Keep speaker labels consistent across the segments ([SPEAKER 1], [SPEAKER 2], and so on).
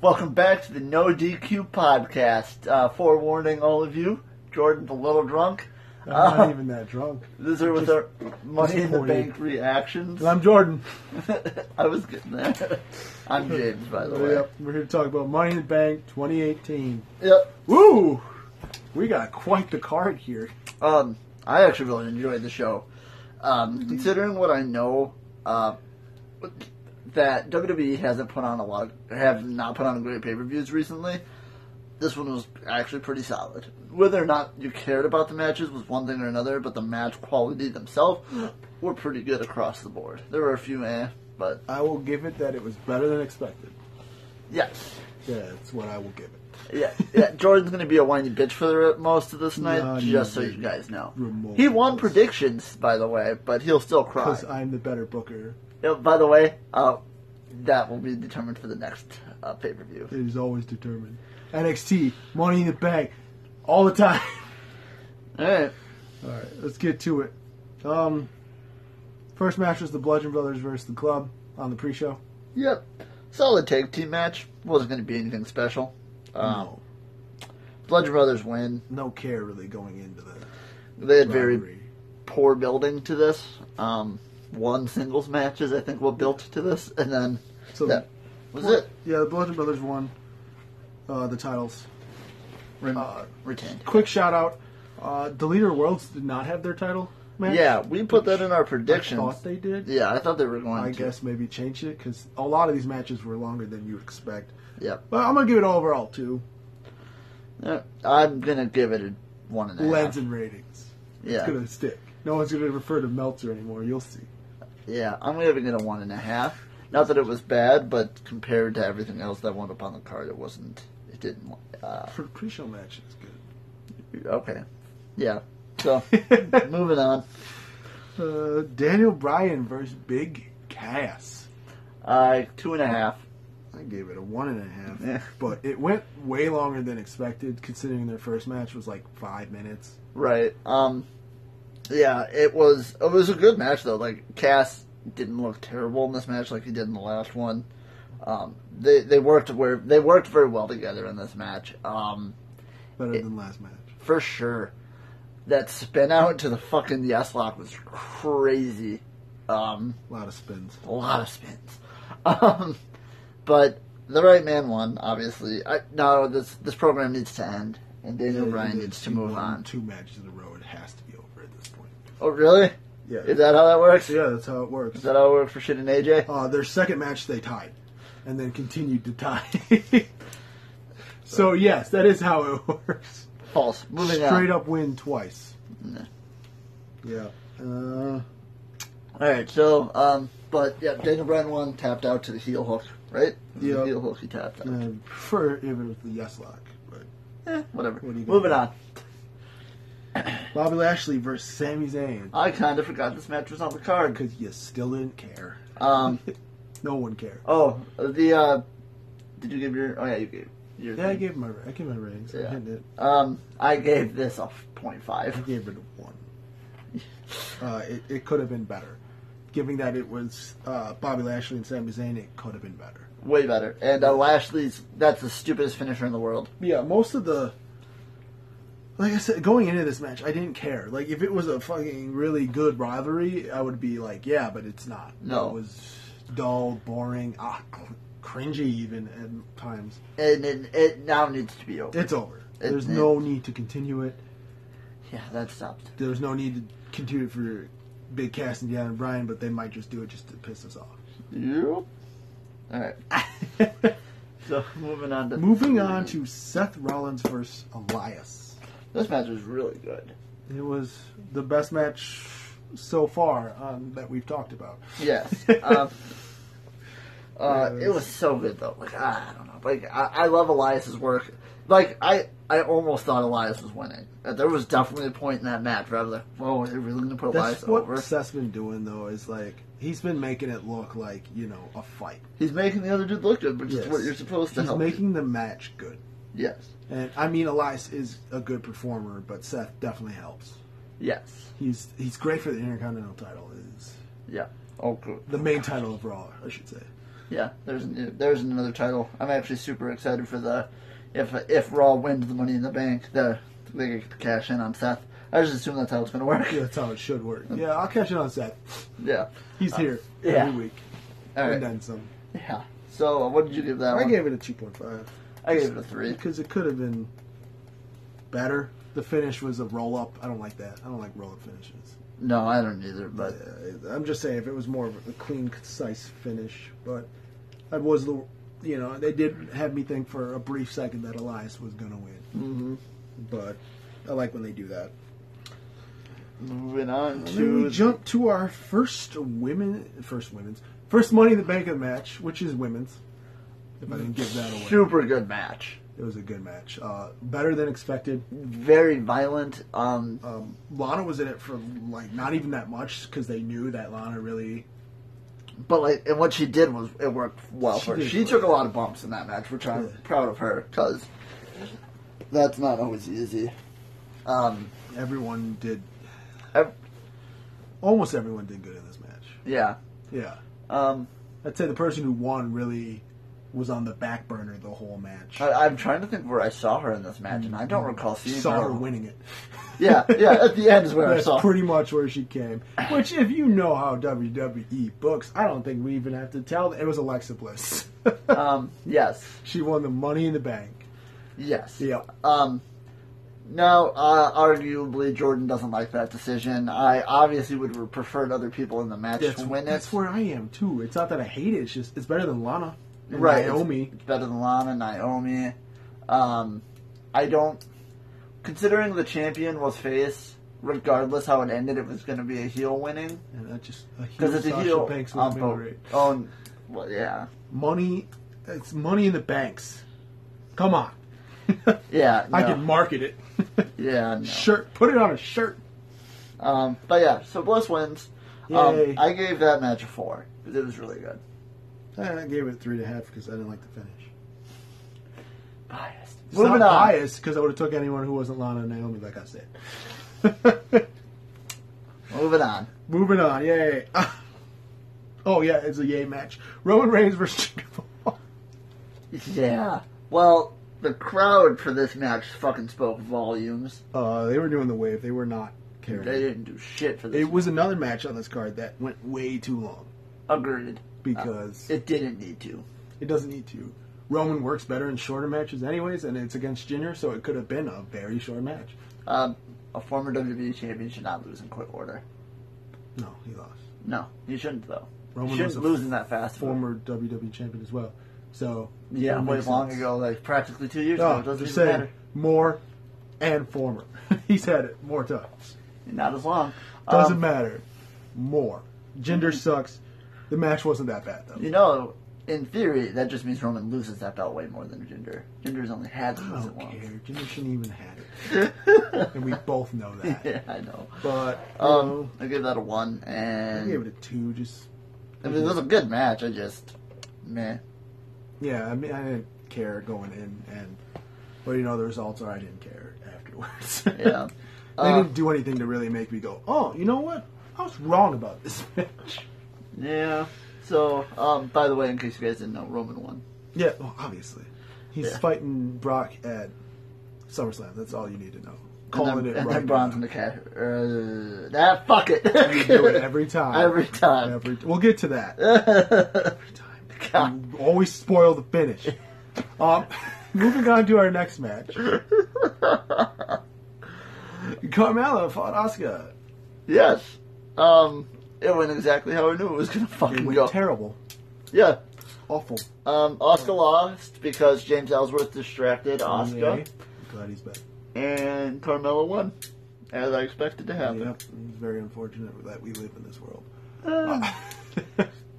[SPEAKER 1] Welcome back to the No DQ podcast. Uh, forewarning all of you, Jordan's a little drunk.
[SPEAKER 2] I'm not
[SPEAKER 1] Uh,
[SPEAKER 2] even that drunk.
[SPEAKER 1] These are with our money in the
[SPEAKER 2] disappointed.
[SPEAKER 1] bank reactions.
[SPEAKER 2] And I'm Jordan.
[SPEAKER 1] I was getting there. I'm James, by the way.
[SPEAKER 2] Yep, we're here to talk about Money in the Bank 2018.
[SPEAKER 1] Yep.
[SPEAKER 2] Woo! We got quite the card here.
[SPEAKER 1] Um, I actually really enjoyed the show. Um, considering what I know, uh, that WWE hasn't put on a lot, have not put on great pay per views recently. This one was actually pretty solid. Whether or not you cared about the matches was one thing or another, but the match quality themselves were pretty good across the board. There were a few eh, but
[SPEAKER 2] I will give it that it was better than expected.
[SPEAKER 1] yes.
[SPEAKER 2] Yeah, that's what I will give it.
[SPEAKER 1] Yeah, yeah, Jordan's gonna be a whiny bitch for the, most of this night,
[SPEAKER 2] No,
[SPEAKER 1] just
[SPEAKER 2] no,
[SPEAKER 1] so you guys know.
[SPEAKER 2] remorse.
[SPEAKER 1] He won predictions, by the way, but he'll still cry.
[SPEAKER 2] Because I'm the better booker.
[SPEAKER 1] Yeah, by the way, uh, that will be determined for the next uh, pay per view.
[SPEAKER 2] It is always determined. NXT, Money in the Bank, all the time.
[SPEAKER 1] All right.
[SPEAKER 2] all right, let's get to it. Um, first match was the Bludgeon Brothers versus the Club on the pre-show.
[SPEAKER 1] Yep. Solid tag team match. Wasn't going to be anything special. Um,
[SPEAKER 2] no,
[SPEAKER 1] Bludgeon Brothers win.
[SPEAKER 2] no care really going into the
[SPEAKER 1] They had very
[SPEAKER 2] rivalry.
[SPEAKER 1] poor building to this. Um, one singles matches, I think, were built to this, and then
[SPEAKER 2] So
[SPEAKER 1] that was it.
[SPEAKER 2] Yeah, the Bludgeon Brothers won uh, the titles.
[SPEAKER 1] Re-
[SPEAKER 2] Uh,
[SPEAKER 1] retained.
[SPEAKER 2] Quick shout out: uh, the Leader Worlds did not have their title match.
[SPEAKER 1] Yeah, we put that in our
[SPEAKER 2] I
[SPEAKER 1] predictions.
[SPEAKER 2] thought they did.
[SPEAKER 1] yeah, I thought they were going
[SPEAKER 2] I
[SPEAKER 1] to.
[SPEAKER 2] guess maybe change it because a lot of these matches were longer than you would expect.
[SPEAKER 1] Yep.
[SPEAKER 2] But I'm gonna give it overall two
[SPEAKER 1] Uh, I'm gonna give it a one and a half.
[SPEAKER 2] lens and ratings.
[SPEAKER 1] Yeah.
[SPEAKER 2] It's gonna stick. No one's gonna refer to Meltzer anymore. You'll see.
[SPEAKER 1] Yeah, I'm giving it a one and a half. Not that it was bad, but compared to everything else that went up on the card, it wasn't. It didn't. Uh,
[SPEAKER 2] For pre-show match, it's good.
[SPEAKER 1] okay, yeah. So moving on,
[SPEAKER 2] Uh, Daniel Bryan versus Big Cass.
[SPEAKER 1] uh, two and a half.
[SPEAKER 2] I gave it a one and a half,
[SPEAKER 1] Yeah.
[SPEAKER 2] but it went way longer than expected. Considering their first match was like five minutes.
[SPEAKER 1] Right. Um. Yeah, it was. It was a good match though. Like Cass didn't look terrible in this match, like he did in the last one. Um, they they worked where they worked very well together in this match. Um,
[SPEAKER 2] Better
[SPEAKER 1] It-
[SPEAKER 2] than last match.
[SPEAKER 1] for sure. That spin out to the fucking yes lock was crazy. Um,
[SPEAKER 2] A lot of spins.
[SPEAKER 1] a lot of spins. Um, but the right man won, obviously. I, no, this this program needs to end, and Daniel Bryan
[SPEAKER 2] And
[SPEAKER 1] needs
[SPEAKER 2] if
[SPEAKER 1] to
[SPEAKER 2] you
[SPEAKER 1] move
[SPEAKER 2] won
[SPEAKER 1] on.
[SPEAKER 2] Two matches in a row. It has to be over at this point.
[SPEAKER 1] Oh, really?
[SPEAKER 2] Yeah.
[SPEAKER 1] Is that how that works?
[SPEAKER 2] yeah, that's how it works.
[SPEAKER 1] Is that how it works for shit and AJ?
[SPEAKER 2] uh, their second match they tied, and then continued to tie. so yes, that is how it works.
[SPEAKER 1] False. Moving
[SPEAKER 2] Straight
[SPEAKER 1] on.
[SPEAKER 2] up win twice. Yeah. Uh,
[SPEAKER 1] All right. So, um, but yeah, Daniel Bryan won, tapped out to the heel hook, right? The
[SPEAKER 2] Yep.
[SPEAKER 1] heel hook he tapped out.
[SPEAKER 2] I prefer if it was the yes lock, but
[SPEAKER 1] Eh, whatever.
[SPEAKER 2] What are you gonna
[SPEAKER 1] Moving
[SPEAKER 2] do?
[SPEAKER 1] on.
[SPEAKER 2] Bobby Lashley versus Sami Zayn.
[SPEAKER 1] I kind of forgot this match was on the card.
[SPEAKER 2] Because you still didn't care.
[SPEAKER 1] Um,
[SPEAKER 2] No one cared.
[SPEAKER 1] oh, the uh, did you give your? Oh yeah, you gave. Your
[SPEAKER 2] Yeah, I
[SPEAKER 1] thing.
[SPEAKER 2] gave my I gave my ratings.
[SPEAKER 1] Yeah.
[SPEAKER 2] I, didn't, it-
[SPEAKER 1] Um, I gave this a point
[SPEAKER 2] I
[SPEAKER 1] five.
[SPEAKER 2] gave it a one. Uh, it it could have been better. Given that it was uh, Bobby Lashley and Sami Zayn, it could have been better.
[SPEAKER 1] Way better. And uh, Lashley's that's the stupidest finisher in the world.
[SPEAKER 2] Yeah, most of the. Like I said, going into this match, I didn't care. Like, if it was a fucking really good rivalry, I would be like, yeah, but it's not.
[SPEAKER 1] No.
[SPEAKER 2] It was dull, boring, ah, cr- cringy even at times.
[SPEAKER 1] And it, it now needs to be over.
[SPEAKER 2] It's over.
[SPEAKER 1] It-
[SPEAKER 2] There's no need to continue it.
[SPEAKER 1] yeah, that stopped.
[SPEAKER 2] There was no need to continue it for Big Cass and Dan and Bryan, but they might just do it just to piss us off.
[SPEAKER 1] Yep. All right. So moving on to
[SPEAKER 2] Moving on to Seth Rollins versus Elias.
[SPEAKER 1] this match was really good.
[SPEAKER 2] It was the best match so far um, that we've talked about.
[SPEAKER 1] Yes. Um, uh, it was so good though. Like I don't know. Like I, I love Elias's work. Like I, I almost thought Elias was winning. Uh, There was definitely a point in that match where I was like, "Whoa, they're really gonna put
[SPEAKER 2] That's
[SPEAKER 1] Elias
[SPEAKER 2] what
[SPEAKER 1] over?"
[SPEAKER 2] Seth's been doing though. Is like he's been making it look like you know a fight.
[SPEAKER 1] He's making the other dude look good, which is
[SPEAKER 2] Yes.
[SPEAKER 1] what you're supposed to
[SPEAKER 2] He's
[SPEAKER 1] help.
[SPEAKER 2] making the match good.
[SPEAKER 1] Yes,
[SPEAKER 2] And I mean, Elias is a good performer, but Seth definitely helps.
[SPEAKER 1] yes,
[SPEAKER 2] He's he's great for the Intercontinental title. Is
[SPEAKER 1] yeah. Oh, good.
[SPEAKER 2] the main title of Raw, I should say.
[SPEAKER 1] yeah, there's there's another title. I'm actually super excited for the if if Raw wins the Money in the Bank, the they get to cash in on Seth. I just assume that's how it's gonna work.
[SPEAKER 2] Yeah, that's how it should work. Yeah, I'll catch it on set.
[SPEAKER 1] Yeah.
[SPEAKER 2] He's here
[SPEAKER 1] Uh, yeah.
[SPEAKER 2] every week.
[SPEAKER 1] All
[SPEAKER 2] And
[SPEAKER 1] right.
[SPEAKER 2] then some.
[SPEAKER 1] Yeah. So uh, what did you give that
[SPEAKER 2] I
[SPEAKER 1] one?
[SPEAKER 2] gave it a 2.5.
[SPEAKER 1] I gave it a three.
[SPEAKER 2] Because it could have been better. The finish was a roll up. I don't like that. I don't like roll up finishes.
[SPEAKER 1] No, I don't either. But
[SPEAKER 2] But uh, I'm just saying, if it was more of a clean, concise finish, but I was the, you know, they did have me think for a brief second that Elias was going to
[SPEAKER 1] Mhm.
[SPEAKER 2] win. But I like when they do that.
[SPEAKER 1] moving on
[SPEAKER 2] And then
[SPEAKER 1] to
[SPEAKER 2] we jump to our first women, first women's, first Money in the Bank of match, which is women's. If I didn't give that away,
[SPEAKER 1] super good match.
[SPEAKER 2] it was a good match. Uh, better than expected.
[SPEAKER 1] Very violent. Um,
[SPEAKER 2] Um, Lana was in it for like not even that much because they knew that Lana really.
[SPEAKER 1] but like, and what she did was it worked well
[SPEAKER 2] She
[SPEAKER 1] for her.
[SPEAKER 2] did
[SPEAKER 1] She
[SPEAKER 2] work.
[SPEAKER 1] took a lot of bumps in that match, which I'm
[SPEAKER 2] Yeah.
[SPEAKER 1] proud of her because that's not always easy. Um,
[SPEAKER 2] Everyone did.
[SPEAKER 1] ev-
[SPEAKER 2] Almost everyone did good in this match.
[SPEAKER 1] yeah.
[SPEAKER 2] Yeah,
[SPEAKER 1] Um,
[SPEAKER 2] I'd say the person who won really was on the back burner the whole match.
[SPEAKER 1] I, I'm trying to think where I saw her in this match, and I don't recall seeing
[SPEAKER 2] saw her winning it.
[SPEAKER 1] Yeah, yeah. At the end is where I
[SPEAKER 2] That's
[SPEAKER 1] saw. her.
[SPEAKER 2] pretty much where she came. Which, if you know how WWE books, I don't think we even have to tell. It was Alexa Bliss.
[SPEAKER 1] Um, yes,
[SPEAKER 2] she won the Money in the Bank.
[SPEAKER 1] yes.
[SPEAKER 2] Yeah,
[SPEAKER 1] Um, no, uh, arguably Jordan doesn't like that decision. I obviously would have preferred other people in the match
[SPEAKER 2] that's,
[SPEAKER 1] to win
[SPEAKER 2] that's
[SPEAKER 1] it.
[SPEAKER 2] where I am too. It's not that I hate it. It's just it's better than Lana, and
[SPEAKER 1] right,
[SPEAKER 2] Naomi.
[SPEAKER 1] It's, it's better than Lana, Naomi. Um, I don't. Considering the champion was face, regardless how it ended, it was going to be a heel winning
[SPEAKER 2] And that just a heel
[SPEAKER 1] because it's
[SPEAKER 2] Sasha
[SPEAKER 1] a heel.
[SPEAKER 2] Banks
[SPEAKER 1] on
[SPEAKER 2] would
[SPEAKER 1] both-
[SPEAKER 2] great.
[SPEAKER 1] on- well, yeah,
[SPEAKER 2] Money, it's Money in the Banks. Come on,
[SPEAKER 1] yeah,
[SPEAKER 2] I
[SPEAKER 1] no.
[SPEAKER 2] can market it.
[SPEAKER 1] yeah, no.
[SPEAKER 2] Shirt, put it on a shirt.
[SPEAKER 1] Um, but yeah, so Bliss wins. Um,
[SPEAKER 2] Yay.
[SPEAKER 1] I gave that match a four because it was really good.
[SPEAKER 2] I gave it three and a half because I didn't like the finish.
[SPEAKER 1] Biased.
[SPEAKER 2] It's
[SPEAKER 1] Moving
[SPEAKER 2] not
[SPEAKER 1] on.
[SPEAKER 2] biased because I would have took anyone who wasn't Lana and Naomi, like I said.
[SPEAKER 1] Moving on.
[SPEAKER 2] Moving on, yay! oh yeah, it's a yay match. Roman Reigns versus Triple H.
[SPEAKER 1] Yeah. Well, the crowd for this match fucking spoke volumes.
[SPEAKER 2] Uh, they were doing the wave. They were not carrying.
[SPEAKER 1] They
[SPEAKER 2] It.
[SPEAKER 1] didn't do shit for this.
[SPEAKER 2] it was another match on this card that went way too long
[SPEAKER 1] Agreed.
[SPEAKER 2] because it,
[SPEAKER 1] Uh, It didn't need to.
[SPEAKER 2] doesn't need to. Roman works better in shorter matches, anyways, and it's against Jinder, so it could have been a very short match.
[SPEAKER 1] Um, a former WWE champion should not lose in quick order.
[SPEAKER 2] No, he lost.
[SPEAKER 1] No, you shouldn't though.
[SPEAKER 2] Roman
[SPEAKER 1] you
[SPEAKER 2] was
[SPEAKER 1] shouldn't
[SPEAKER 2] a
[SPEAKER 1] lose in that fast.
[SPEAKER 2] Former WWE champion as well. So
[SPEAKER 1] Yeah,
[SPEAKER 2] it
[SPEAKER 1] way
[SPEAKER 2] makes
[SPEAKER 1] long
[SPEAKER 2] sense.
[SPEAKER 1] ago, like practically two years
[SPEAKER 2] No,
[SPEAKER 1] ago. It doesn't
[SPEAKER 2] just
[SPEAKER 1] even
[SPEAKER 2] saying,
[SPEAKER 1] matter.
[SPEAKER 2] more and former. He's had it more times.
[SPEAKER 1] Not as long.
[SPEAKER 2] Doesn't
[SPEAKER 1] Um,
[SPEAKER 2] matter. More. Gender sucks. The match wasn't that bad though.
[SPEAKER 1] You know, in theory, that just means Roman loses that belt way more than Ginger. Ginger's only had to
[SPEAKER 2] I
[SPEAKER 1] lose it
[SPEAKER 2] don't
[SPEAKER 1] once.
[SPEAKER 2] care. Gender Oh, shouldn't even had it. and we both know that.
[SPEAKER 1] yeah, I know.
[SPEAKER 2] But you
[SPEAKER 1] Um,
[SPEAKER 2] know,
[SPEAKER 1] I gave that a one, and
[SPEAKER 2] I gave it a two. Just
[SPEAKER 1] I mean, it was a good match. I just, meh.
[SPEAKER 2] yeah. I mean, I didn't care going in, and but you know the results are I didn't care afterwards.
[SPEAKER 1] Yeah.
[SPEAKER 2] they
[SPEAKER 1] Uh,
[SPEAKER 2] didn't do anything to really make me go, oh, you know what? I was wrong about this match.
[SPEAKER 1] Yeah. So, um, by the way, in case you guys didn't know, Roman won.
[SPEAKER 2] Yeah, well, obviously. He's
[SPEAKER 1] Yeah.
[SPEAKER 2] fighting Brock at SummerSlam. That's all you need to know.
[SPEAKER 1] And
[SPEAKER 2] Calling
[SPEAKER 1] then,
[SPEAKER 2] it
[SPEAKER 1] and
[SPEAKER 2] right.
[SPEAKER 1] then Braun's in the cash. Uh, that fuck it.
[SPEAKER 2] We do it every time.
[SPEAKER 1] Every time.
[SPEAKER 2] Every- we'll get to that. Every time.
[SPEAKER 1] God.
[SPEAKER 2] You always spoil the finish. Um, moving on to our next match. Carmella fought Asuka.
[SPEAKER 1] Yes. Um, it went exactly how I knew it was gonna
[SPEAKER 2] It
[SPEAKER 1] fucking
[SPEAKER 2] went
[SPEAKER 1] go.
[SPEAKER 2] terrible.
[SPEAKER 1] yeah.
[SPEAKER 2] Awful.
[SPEAKER 1] Um, Oscar lost because James Ellsworth distracted
[SPEAKER 2] Oh,
[SPEAKER 1] Oscar,
[SPEAKER 2] Yay. Glad he's back.
[SPEAKER 1] and Carmella won, as I expected to happen.
[SPEAKER 2] Yep. It's very unfortunate that we live in this world.
[SPEAKER 1] Uh,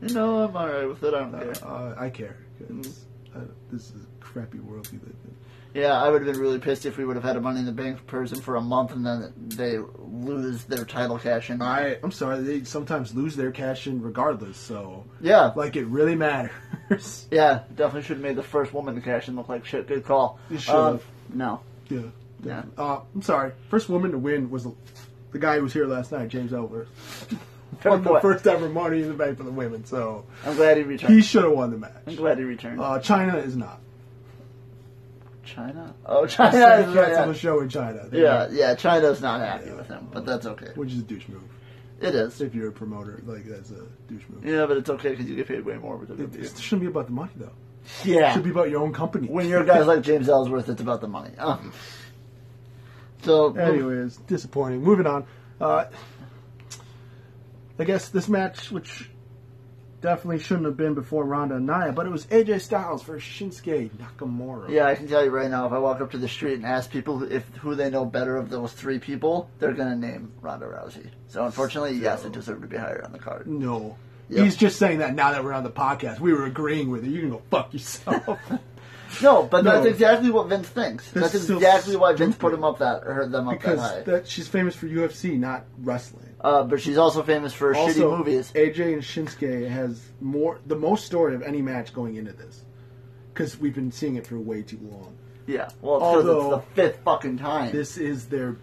[SPEAKER 1] no, I'm alright with it. I don't care.
[SPEAKER 2] Uh, I care. 'cause, uh, this is a crappy world we live in.
[SPEAKER 1] Yeah, I would have been really pissed if we would have had a Money in the Bank person for a month and then they lose their title cash in.
[SPEAKER 2] I, I'm sorry, they sometimes lose their cash in regardless, so,
[SPEAKER 1] Yeah,
[SPEAKER 2] like, it really matters.
[SPEAKER 1] yeah, definitely should have made the first woman to cash in look like shit. Good call.
[SPEAKER 2] You should
[SPEAKER 1] Um,
[SPEAKER 2] have.
[SPEAKER 1] no.
[SPEAKER 2] yeah.
[SPEAKER 1] Yeah.
[SPEAKER 2] Uh, I'm sorry, first woman to win was the guy who was here last night, James Ellsworth. won the
[SPEAKER 1] What?
[SPEAKER 2] first ever Money in the Bank for the women, so
[SPEAKER 1] I'm glad he Oh.
[SPEAKER 2] he
[SPEAKER 1] returned.
[SPEAKER 2] should have won the
[SPEAKER 1] I'm
[SPEAKER 2] match.
[SPEAKER 1] glad he returned.
[SPEAKER 2] Uh, China is not.
[SPEAKER 1] China? Oh,
[SPEAKER 2] I
[SPEAKER 1] China.
[SPEAKER 2] said
[SPEAKER 1] is-
[SPEAKER 2] he
[SPEAKER 1] yeah.
[SPEAKER 2] canceled the show in China.
[SPEAKER 1] yeah, yeah, China's not happy with him, but that's okay.
[SPEAKER 2] Which is a douche move.
[SPEAKER 1] It is.
[SPEAKER 2] If you're a promoter, like that's a douche move.
[SPEAKER 1] Yeah, but it's okay because you get paid way more with
[SPEAKER 2] It, it
[SPEAKER 1] WWE.
[SPEAKER 2] shouldn't be about the money though. It
[SPEAKER 1] Yeah.
[SPEAKER 2] should be about your own company.
[SPEAKER 1] When you're guys like James Ellsworth, it's about the money. Um, so,
[SPEAKER 2] Anyways, disappointing. Moving on. Uh, I guess this match, which definitely shouldn't have been before Ronda and Nia, but it was AJ Styles versus Shinsuke Nakamura.
[SPEAKER 1] yeah, I can tell you right now, if I walk up to the street and ask people if who they know better of those three people, they're gonna name Ronda Rousey. So, unfortunately, yes, it deserved to be higher on the card.
[SPEAKER 2] No.
[SPEAKER 1] Yep.
[SPEAKER 2] He's just saying that now that we're on the podcast. We were agreeing with it. You can go fuck yourself.
[SPEAKER 1] No, but
[SPEAKER 2] No.
[SPEAKER 1] that's exactly what Vince thinks.
[SPEAKER 2] That's
[SPEAKER 1] That's,
[SPEAKER 2] so
[SPEAKER 1] exactly why Vince
[SPEAKER 2] stupid.
[SPEAKER 1] put him up that or heard them up that high.
[SPEAKER 2] because that, she's famous for UFC, not wrestling.
[SPEAKER 1] uh, but she's also famous for shitty movies.
[SPEAKER 2] AJ and Shinsuke has more the most story of any match going into this because we've been seeing it for way too long.
[SPEAKER 1] Yeah, well, because
[SPEAKER 2] Although-
[SPEAKER 1] it's the fifth fucking time.
[SPEAKER 2] This is their,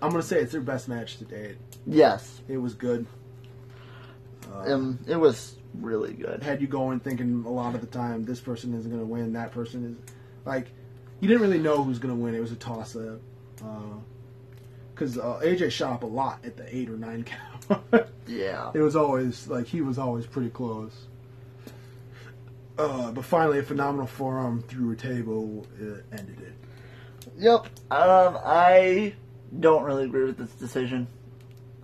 [SPEAKER 2] I'm gonna say it's their best match to date.
[SPEAKER 1] yes,
[SPEAKER 2] It was good. Uh,
[SPEAKER 1] um, it was really good.
[SPEAKER 2] Had you going thinking a lot of the time this person isn't gonna win, that person is, like, you didn't really know who's gonna win. It was a toss up. Because uh, AJ shot up a lot at the eight or nine count.
[SPEAKER 1] Yeah,
[SPEAKER 2] it was always like he was always pretty close. Uh, but finally, a phenomenal forearm through a table uh, ended it.
[SPEAKER 1] Yep. Um, I don't really agree with this decision.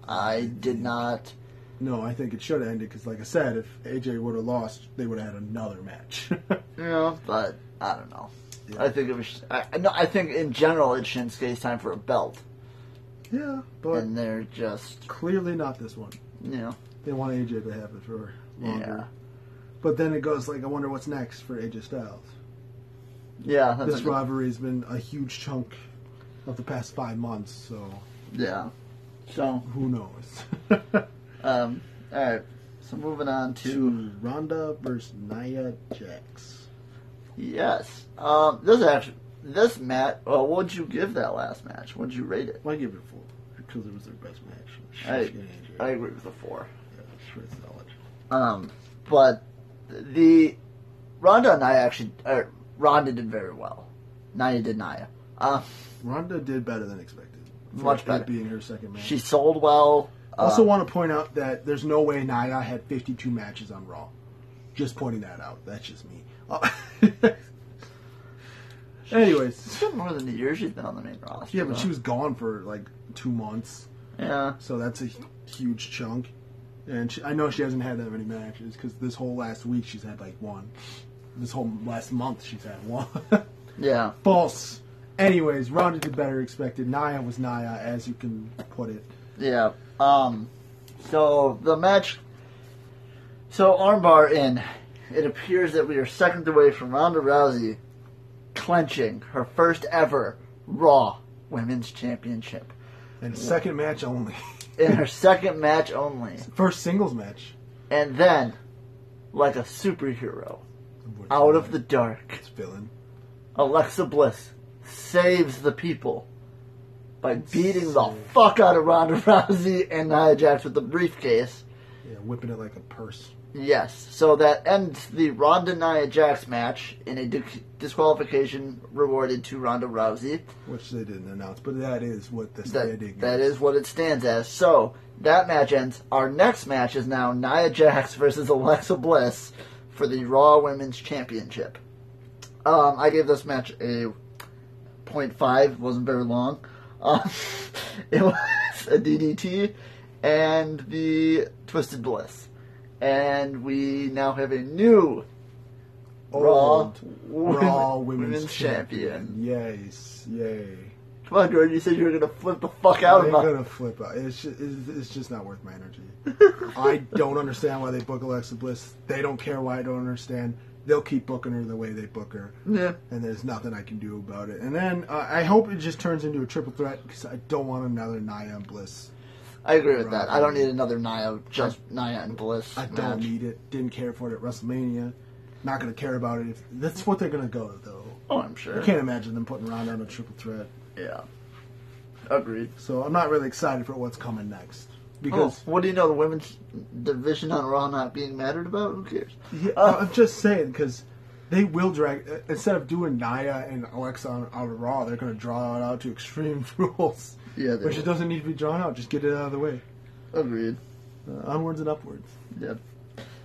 [SPEAKER 1] I did not.
[SPEAKER 2] No, I think it should have ended because, like I said, if AJ would have lost, they would have had another match.
[SPEAKER 1] You know, but I don't know.
[SPEAKER 2] Yeah.
[SPEAKER 1] I think it was. I, I- no, I think in general it's Shinsuke's time for a belt,
[SPEAKER 2] yeah, but
[SPEAKER 1] and they're just
[SPEAKER 2] clearly not this one.
[SPEAKER 1] you know,
[SPEAKER 2] They want AJ to have it for
[SPEAKER 1] Yeah.
[SPEAKER 2] longer. But then it goes like, I wonder what's next for AJ Styles.
[SPEAKER 1] yeah, that's
[SPEAKER 2] This
[SPEAKER 1] a good-
[SPEAKER 2] rivalry has been a huge chunk of the past five months, so
[SPEAKER 1] yeah. So,
[SPEAKER 2] who knows?
[SPEAKER 1] um, all right. So moving on to
[SPEAKER 2] to Ronda versus Nia Jax.
[SPEAKER 1] yes. Um, this actually this match. Well, what'd you give that last match? What'd you rate it?
[SPEAKER 2] Why give it a four? Because it was their best match.
[SPEAKER 1] I
[SPEAKER 2] Shinsuke and AJ.
[SPEAKER 1] I agree with the four.
[SPEAKER 2] Yeah, it's pretty solid.
[SPEAKER 1] Um, but the Ronda and I actually, or Ronda did very well. Naya did Naya. Uh,
[SPEAKER 2] Ronda did better than expected. for
[SPEAKER 1] Much
[SPEAKER 2] it
[SPEAKER 1] better.
[SPEAKER 2] being her second match.
[SPEAKER 1] she sold well. Uh,
[SPEAKER 2] also want to point out that there's no way Nia had 52 matches on Raw. Just pointing that out. That's just me. Uh,
[SPEAKER 1] she's
[SPEAKER 2] anyways,
[SPEAKER 1] got more than the year she's been on the main roster.
[SPEAKER 2] yeah, but
[SPEAKER 1] though.
[SPEAKER 2] she was gone for like two months,
[SPEAKER 1] Yeah,
[SPEAKER 2] so that's a hu- huge chunk. And she, I know she hasn't had that many matches because this whole last week she's had like one. This whole last month she's had one.
[SPEAKER 1] yeah.
[SPEAKER 2] False. Anyways, Ronda did better than expected. Nia was Nia, as you can put it.
[SPEAKER 1] Yeah. Um. So the match. So armbar in. It appears that we are seconds away from Ronda Rousey clenching her first ever Raw Women's Championship
[SPEAKER 2] And second match only.
[SPEAKER 1] in her second match only.
[SPEAKER 2] First singles match.
[SPEAKER 1] And then, like a superhero, out of the dark,
[SPEAKER 2] It's villain.
[SPEAKER 1] Alexa Bliss saves the people by beating the fuck out of Ronda Rousey and Nia Jax with the briefcase.
[SPEAKER 2] Yeah, whipping it like a purse.
[SPEAKER 1] Yes, so that ends the Ronda Nia Jax match in a di- disqualification rewarded to Ronda Rousey.
[SPEAKER 2] Which they didn't announce, but that is what the standing
[SPEAKER 1] That, that is what it stands as. So that match ends. Our next match is now Nia Jax versus Alexa Bliss for the Raw Women's Championship. Um, I gave this match a 0.5. wasn't very long. Um, it was a DDT and the Twisted Bliss, and we now have a new Raw,
[SPEAKER 2] Old
[SPEAKER 1] Women-
[SPEAKER 2] Raw Women's, Champion. Yes, yay.
[SPEAKER 1] Come on, Jordan, you said you were gonna flip the fuck out
[SPEAKER 2] They're
[SPEAKER 1] of my.
[SPEAKER 2] gonna flip out. It's just, it's, it's just not worth my energy. I don't understand why they book Alexa Bliss. They don't care why I don't understand. They'll keep booking her the way they book her.
[SPEAKER 1] Yeah.
[SPEAKER 2] and there's nothing I can do about it. And then uh, I hope it just turns into a triple threat because I don't want another Nia and Bliss.
[SPEAKER 1] I agree with that. I don't
[SPEAKER 2] Right.
[SPEAKER 1] need another Nia, just Nia and Bliss.
[SPEAKER 2] I don't
[SPEAKER 1] match.
[SPEAKER 2] need it. Didn't care for it at WrestleMania. Not gonna care about it. If that's what they're gonna go though.
[SPEAKER 1] Oh, I'm sure.
[SPEAKER 2] I can't imagine them putting Ronda on a triple threat.
[SPEAKER 1] Yeah. Agreed.
[SPEAKER 2] So I'm not really excited for what's coming next. because
[SPEAKER 1] Oh, what do you know? The women's division on Raw not being mattered about? Who cares?
[SPEAKER 2] Yeah,
[SPEAKER 1] Uh,
[SPEAKER 2] I'm just saying because they will drag uh, instead of doing Naya and Alexa on, on Raw, they're going to draw it out to Extreme Rules,
[SPEAKER 1] Yeah, they
[SPEAKER 2] which it
[SPEAKER 1] will.
[SPEAKER 2] doesn't need to be drawn out. Just get it out of the way.
[SPEAKER 1] Agreed.
[SPEAKER 2] Uh, onwards and upwards.
[SPEAKER 1] Yep.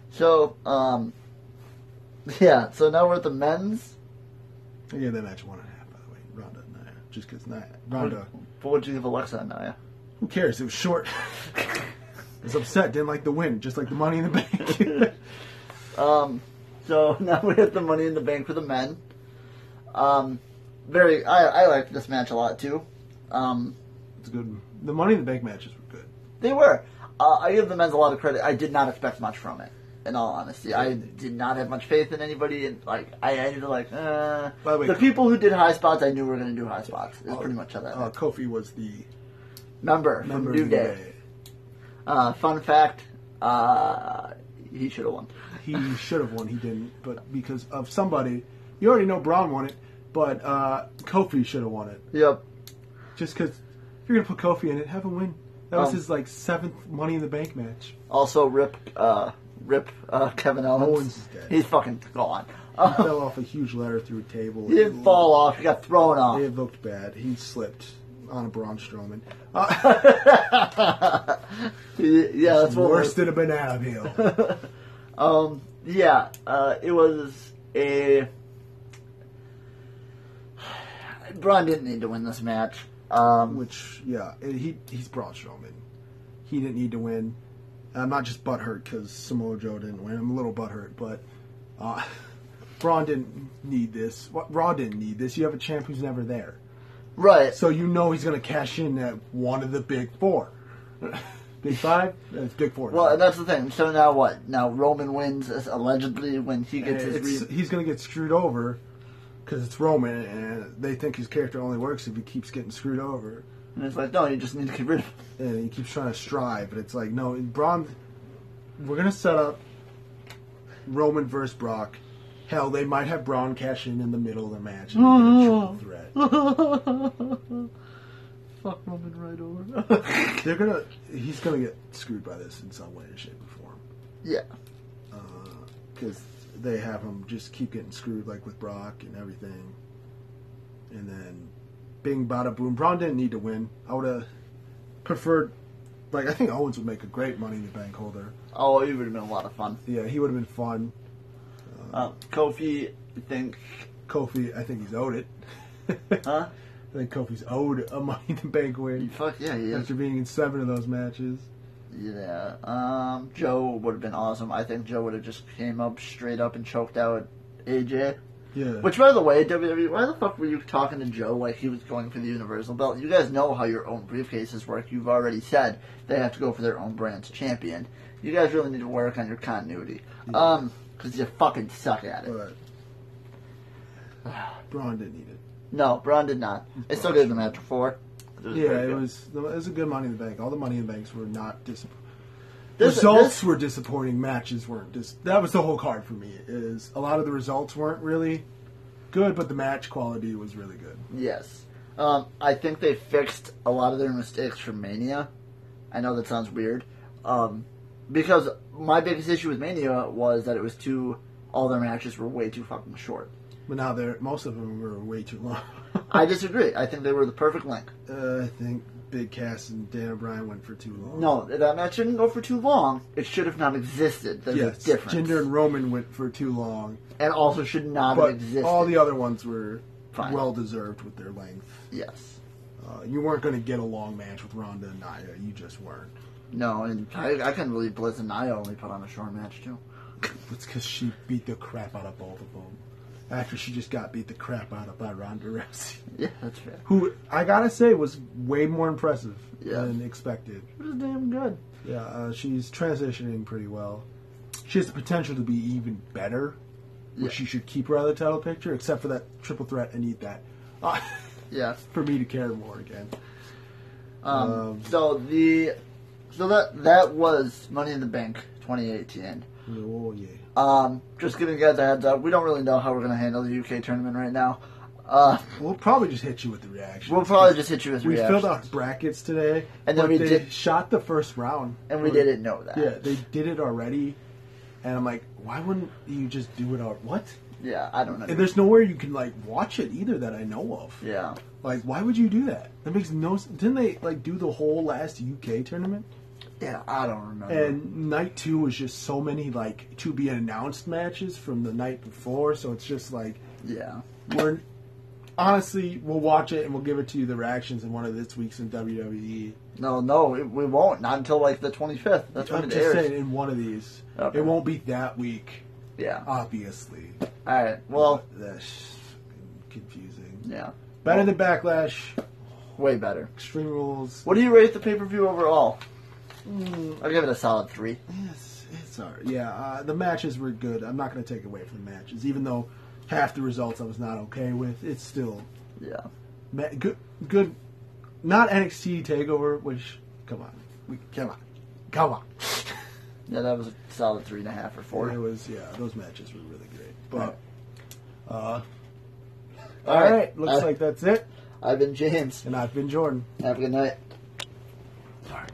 [SPEAKER 1] So, um, yeah. So now we're at the men's.
[SPEAKER 2] I gave that match one and a half, by the way. Ronda and Naya, just because Naya Ronda.
[SPEAKER 1] What would you give Alexa and Naya?
[SPEAKER 2] Who cares? It was short. I was upset. Didn't like the win, just like the Money in the Bank.
[SPEAKER 1] Um, so now we have the Money in the Bank for the men. Um, very, I, I liked this match a lot too. Um,
[SPEAKER 2] it's good. The Money in the Bank matches were good.
[SPEAKER 1] they were. Uh, I give the men's a lot of credit. I did not expect much from it. In all honesty, I did not have much faith in anybody, and like I ended up like, uh,
[SPEAKER 2] By the way-
[SPEAKER 1] people who did high spots, I knew were going to do high spots. Is pretty much how that.
[SPEAKER 2] Uh, Kofi was the
[SPEAKER 1] member from
[SPEAKER 2] member
[SPEAKER 1] New
[SPEAKER 2] of the
[SPEAKER 1] Day. Uh, fun fact: uh, he should have won.
[SPEAKER 2] He should have won. He didn't, but because of somebody, you already know Braun won it, but uh, Kofi should have won it.
[SPEAKER 1] Yep.
[SPEAKER 2] Just because if you're gonna put Kofi in it, have him win. That was
[SPEAKER 1] Um,
[SPEAKER 2] his like seventh Money in the Bank match.
[SPEAKER 1] Also, rip, uh, rip, uh, Kevin Owens.
[SPEAKER 2] Owens is dead.
[SPEAKER 1] He's fucking gone.
[SPEAKER 2] He
[SPEAKER 1] Uh,
[SPEAKER 2] fell off a huge ladder through a table.
[SPEAKER 1] he didn't fall off. He got thrown off.
[SPEAKER 2] They looked bad. He slipped on a Braun Strowman. Uh,
[SPEAKER 1] He- yeah, that's what.
[SPEAKER 2] worse
[SPEAKER 1] Worst.
[SPEAKER 2] than a banana peel.
[SPEAKER 1] Um. Yeah. Uh. It was a. Braun didn't need to win this match. Um.
[SPEAKER 2] Which, yeah, and he he's Braun Strowman. He didn't need to win. I'm not just butthurt because Samoa Joe didn't win. I'm a little butthurt, but uh, Braun didn't need this. Wa- Raw didn't need this. You have a champ who's never there,
[SPEAKER 1] Right.
[SPEAKER 2] so you know he's going to cash in at one of the big four, big five. Uh, It's big four.
[SPEAKER 1] Well, and that's the thing. So now what? Now Roman wins uh, allegedly when he gets his.
[SPEAKER 2] It's-
[SPEAKER 1] re-
[SPEAKER 2] he's going to get screwed over because it's Roman, and they think his character only works if he keeps getting screwed over,
[SPEAKER 1] And it's like, no, you just need to get rid of him.
[SPEAKER 2] and he keeps trying to strive. But it's like, no, Braun, we're going to set up Roman versus Brock. Hell, they might have Braun cash in in the middle of the match and get a triple threat.
[SPEAKER 1] Fuck Roman right over.
[SPEAKER 2] They're gonna, he's gonna get screwed by this in some way, shape, or form.
[SPEAKER 1] yeah.
[SPEAKER 2] because they have him just keep getting screwed, like with Brock and everything. And then, bing, bada, boom. Braun didn't need to win. I would have preferred, like, I think Owens would make a great Money in the Bank holder.
[SPEAKER 1] Oh, it would have been a lot of fun.
[SPEAKER 2] Yeah, he would have been fun.
[SPEAKER 1] Uh, Kofi, I think,
[SPEAKER 2] Kofi, I think he's owed it.
[SPEAKER 1] huh?
[SPEAKER 2] I think Kofi's owed a Money in the Bank win
[SPEAKER 1] Fuck yeah, he is.
[SPEAKER 2] after being in seven of those matches.
[SPEAKER 1] Yeah. Um, Joe would have been awesome. I think Joe would have just came up straight up and choked out AJ.
[SPEAKER 2] Yeah.
[SPEAKER 1] Which, by the way, WWE, why the fuck were you talking to Joe like he was going for the Universal Belt? You guys know how your own briefcases work. You've already said they have to go for their own brand's champion. You guys really need to work on your continuity. Um, because you fucking suck at it.
[SPEAKER 2] but Braun didn't need it.
[SPEAKER 1] No, Braun did not. I still gave the match a four. 'cause
[SPEAKER 2] Yeah,
[SPEAKER 1] very
[SPEAKER 2] it
[SPEAKER 1] good.
[SPEAKER 2] was it was a good Money in the Bank. All the Money in the Banks were not disappointing.
[SPEAKER 1] This-
[SPEAKER 2] results
[SPEAKER 1] this-
[SPEAKER 2] were disappointing. Matches weren't. Dis- that was the whole card for me. Is a lot of the results weren't really good, but the match quality was really good.
[SPEAKER 1] Yes. Um, I think they fixed a lot of their mistakes from Mania. I know that sounds weird. Um, because my biggest issue with Mania was that it was too, all their matches were way too fucking short.
[SPEAKER 2] But now they're most of them were way too long.
[SPEAKER 1] I disagree. I think they were the perfect link.
[SPEAKER 2] uh, I think Big Cass and Dan O'Brien went for too long.
[SPEAKER 1] No, that match didn't go for too long. It should have not existed. There's a
[SPEAKER 2] yes,
[SPEAKER 1] difference.
[SPEAKER 2] Jinder and Roman went for too long,
[SPEAKER 1] and also should not
[SPEAKER 2] but
[SPEAKER 1] have existed.
[SPEAKER 2] all the other ones were
[SPEAKER 1] Fine.
[SPEAKER 2] well deserved with their length.
[SPEAKER 1] yes.
[SPEAKER 2] Uh, you weren't going to get a long match with Ronda and Naya. You just weren't.
[SPEAKER 1] No, and I, I couldn't believe Bliss and Nia only put on a short match, too.
[SPEAKER 2] It's because she beat the crap out of both of them. After she just got beat the crap out of by Ronda Rousey,
[SPEAKER 1] Yeah, that's fair.
[SPEAKER 2] who I gotta say was way more impressive
[SPEAKER 1] Yeah.
[SPEAKER 2] than expected.
[SPEAKER 1] It was damn good.
[SPEAKER 2] Yeah, uh, she's transitioning pretty well. She has the potential to be even better,
[SPEAKER 1] Yeah.
[SPEAKER 2] which she should keep her out of the title picture, except for that triple threat. I need that uh,
[SPEAKER 1] Yeah.
[SPEAKER 2] for me to care more again.
[SPEAKER 1] Um,
[SPEAKER 2] Um,
[SPEAKER 1] so the so that that was Money in the Bank 2018.
[SPEAKER 2] Oh yeah,
[SPEAKER 1] Um, just giving you guys a heads up, we don't really know how we're going to handle the UK tournament right now. Uh,
[SPEAKER 2] We'll probably just hit you with the reaction.
[SPEAKER 1] we'll probably just hit you with
[SPEAKER 2] we
[SPEAKER 1] reactions.
[SPEAKER 2] filled out brackets today,
[SPEAKER 1] And then
[SPEAKER 2] but
[SPEAKER 1] we
[SPEAKER 2] they
[SPEAKER 1] did-
[SPEAKER 2] shot the first round,
[SPEAKER 1] and we
[SPEAKER 2] Or-
[SPEAKER 1] didn't know that.
[SPEAKER 2] Yeah, they did it already, and I'm like, why wouldn't you just do it? All what?
[SPEAKER 1] Yeah, I don't know.
[SPEAKER 2] And there's nowhere you can like watch it either that I know of.
[SPEAKER 1] yeah,
[SPEAKER 2] Like, why would you do that? That makes no. s- Didn't they like do the whole last UK tournament?
[SPEAKER 1] yeah, I don't remember.
[SPEAKER 2] And night two was just so many like to be announced matches from the night before, so it's just like
[SPEAKER 1] yeah,
[SPEAKER 2] we're honestly we'll watch it and we'll give it to you the reactions in one of this weeks in E. WWE.
[SPEAKER 1] no, no, we, we won't. Not until like the 25th. That's when
[SPEAKER 2] I'm
[SPEAKER 1] it
[SPEAKER 2] just
[SPEAKER 1] airs.
[SPEAKER 2] saying in one of these,
[SPEAKER 1] Okay.
[SPEAKER 2] it won't be that week,
[SPEAKER 1] Yeah.
[SPEAKER 2] obviously.
[SPEAKER 1] All right. Well,
[SPEAKER 2] that's confusing.
[SPEAKER 1] yeah,
[SPEAKER 2] Better than Backlash,
[SPEAKER 1] way better.
[SPEAKER 2] Extreme Rules.
[SPEAKER 1] What do you rate the pay per view overall?
[SPEAKER 2] Hmm.
[SPEAKER 1] I'll give it a solid three.
[SPEAKER 2] Yes, it's alright. Yeah, uh, the matches were good. I'm not going to take away from the matches, even though half the results I was not okay with. It's still
[SPEAKER 1] Yeah.
[SPEAKER 2] ma- good. Good, not NXT Takeover. Which come on, we come on, come on.
[SPEAKER 1] Yeah, that was a solid three and a half or four.
[SPEAKER 2] It was yeah. Those matches were really great.
[SPEAKER 1] Right.
[SPEAKER 2] But
[SPEAKER 1] All
[SPEAKER 2] uh, all
[SPEAKER 1] right.
[SPEAKER 2] right, looks
[SPEAKER 1] I-
[SPEAKER 2] like that's it.
[SPEAKER 1] I've been James.
[SPEAKER 2] And I've been Jordan.
[SPEAKER 1] Have a good night.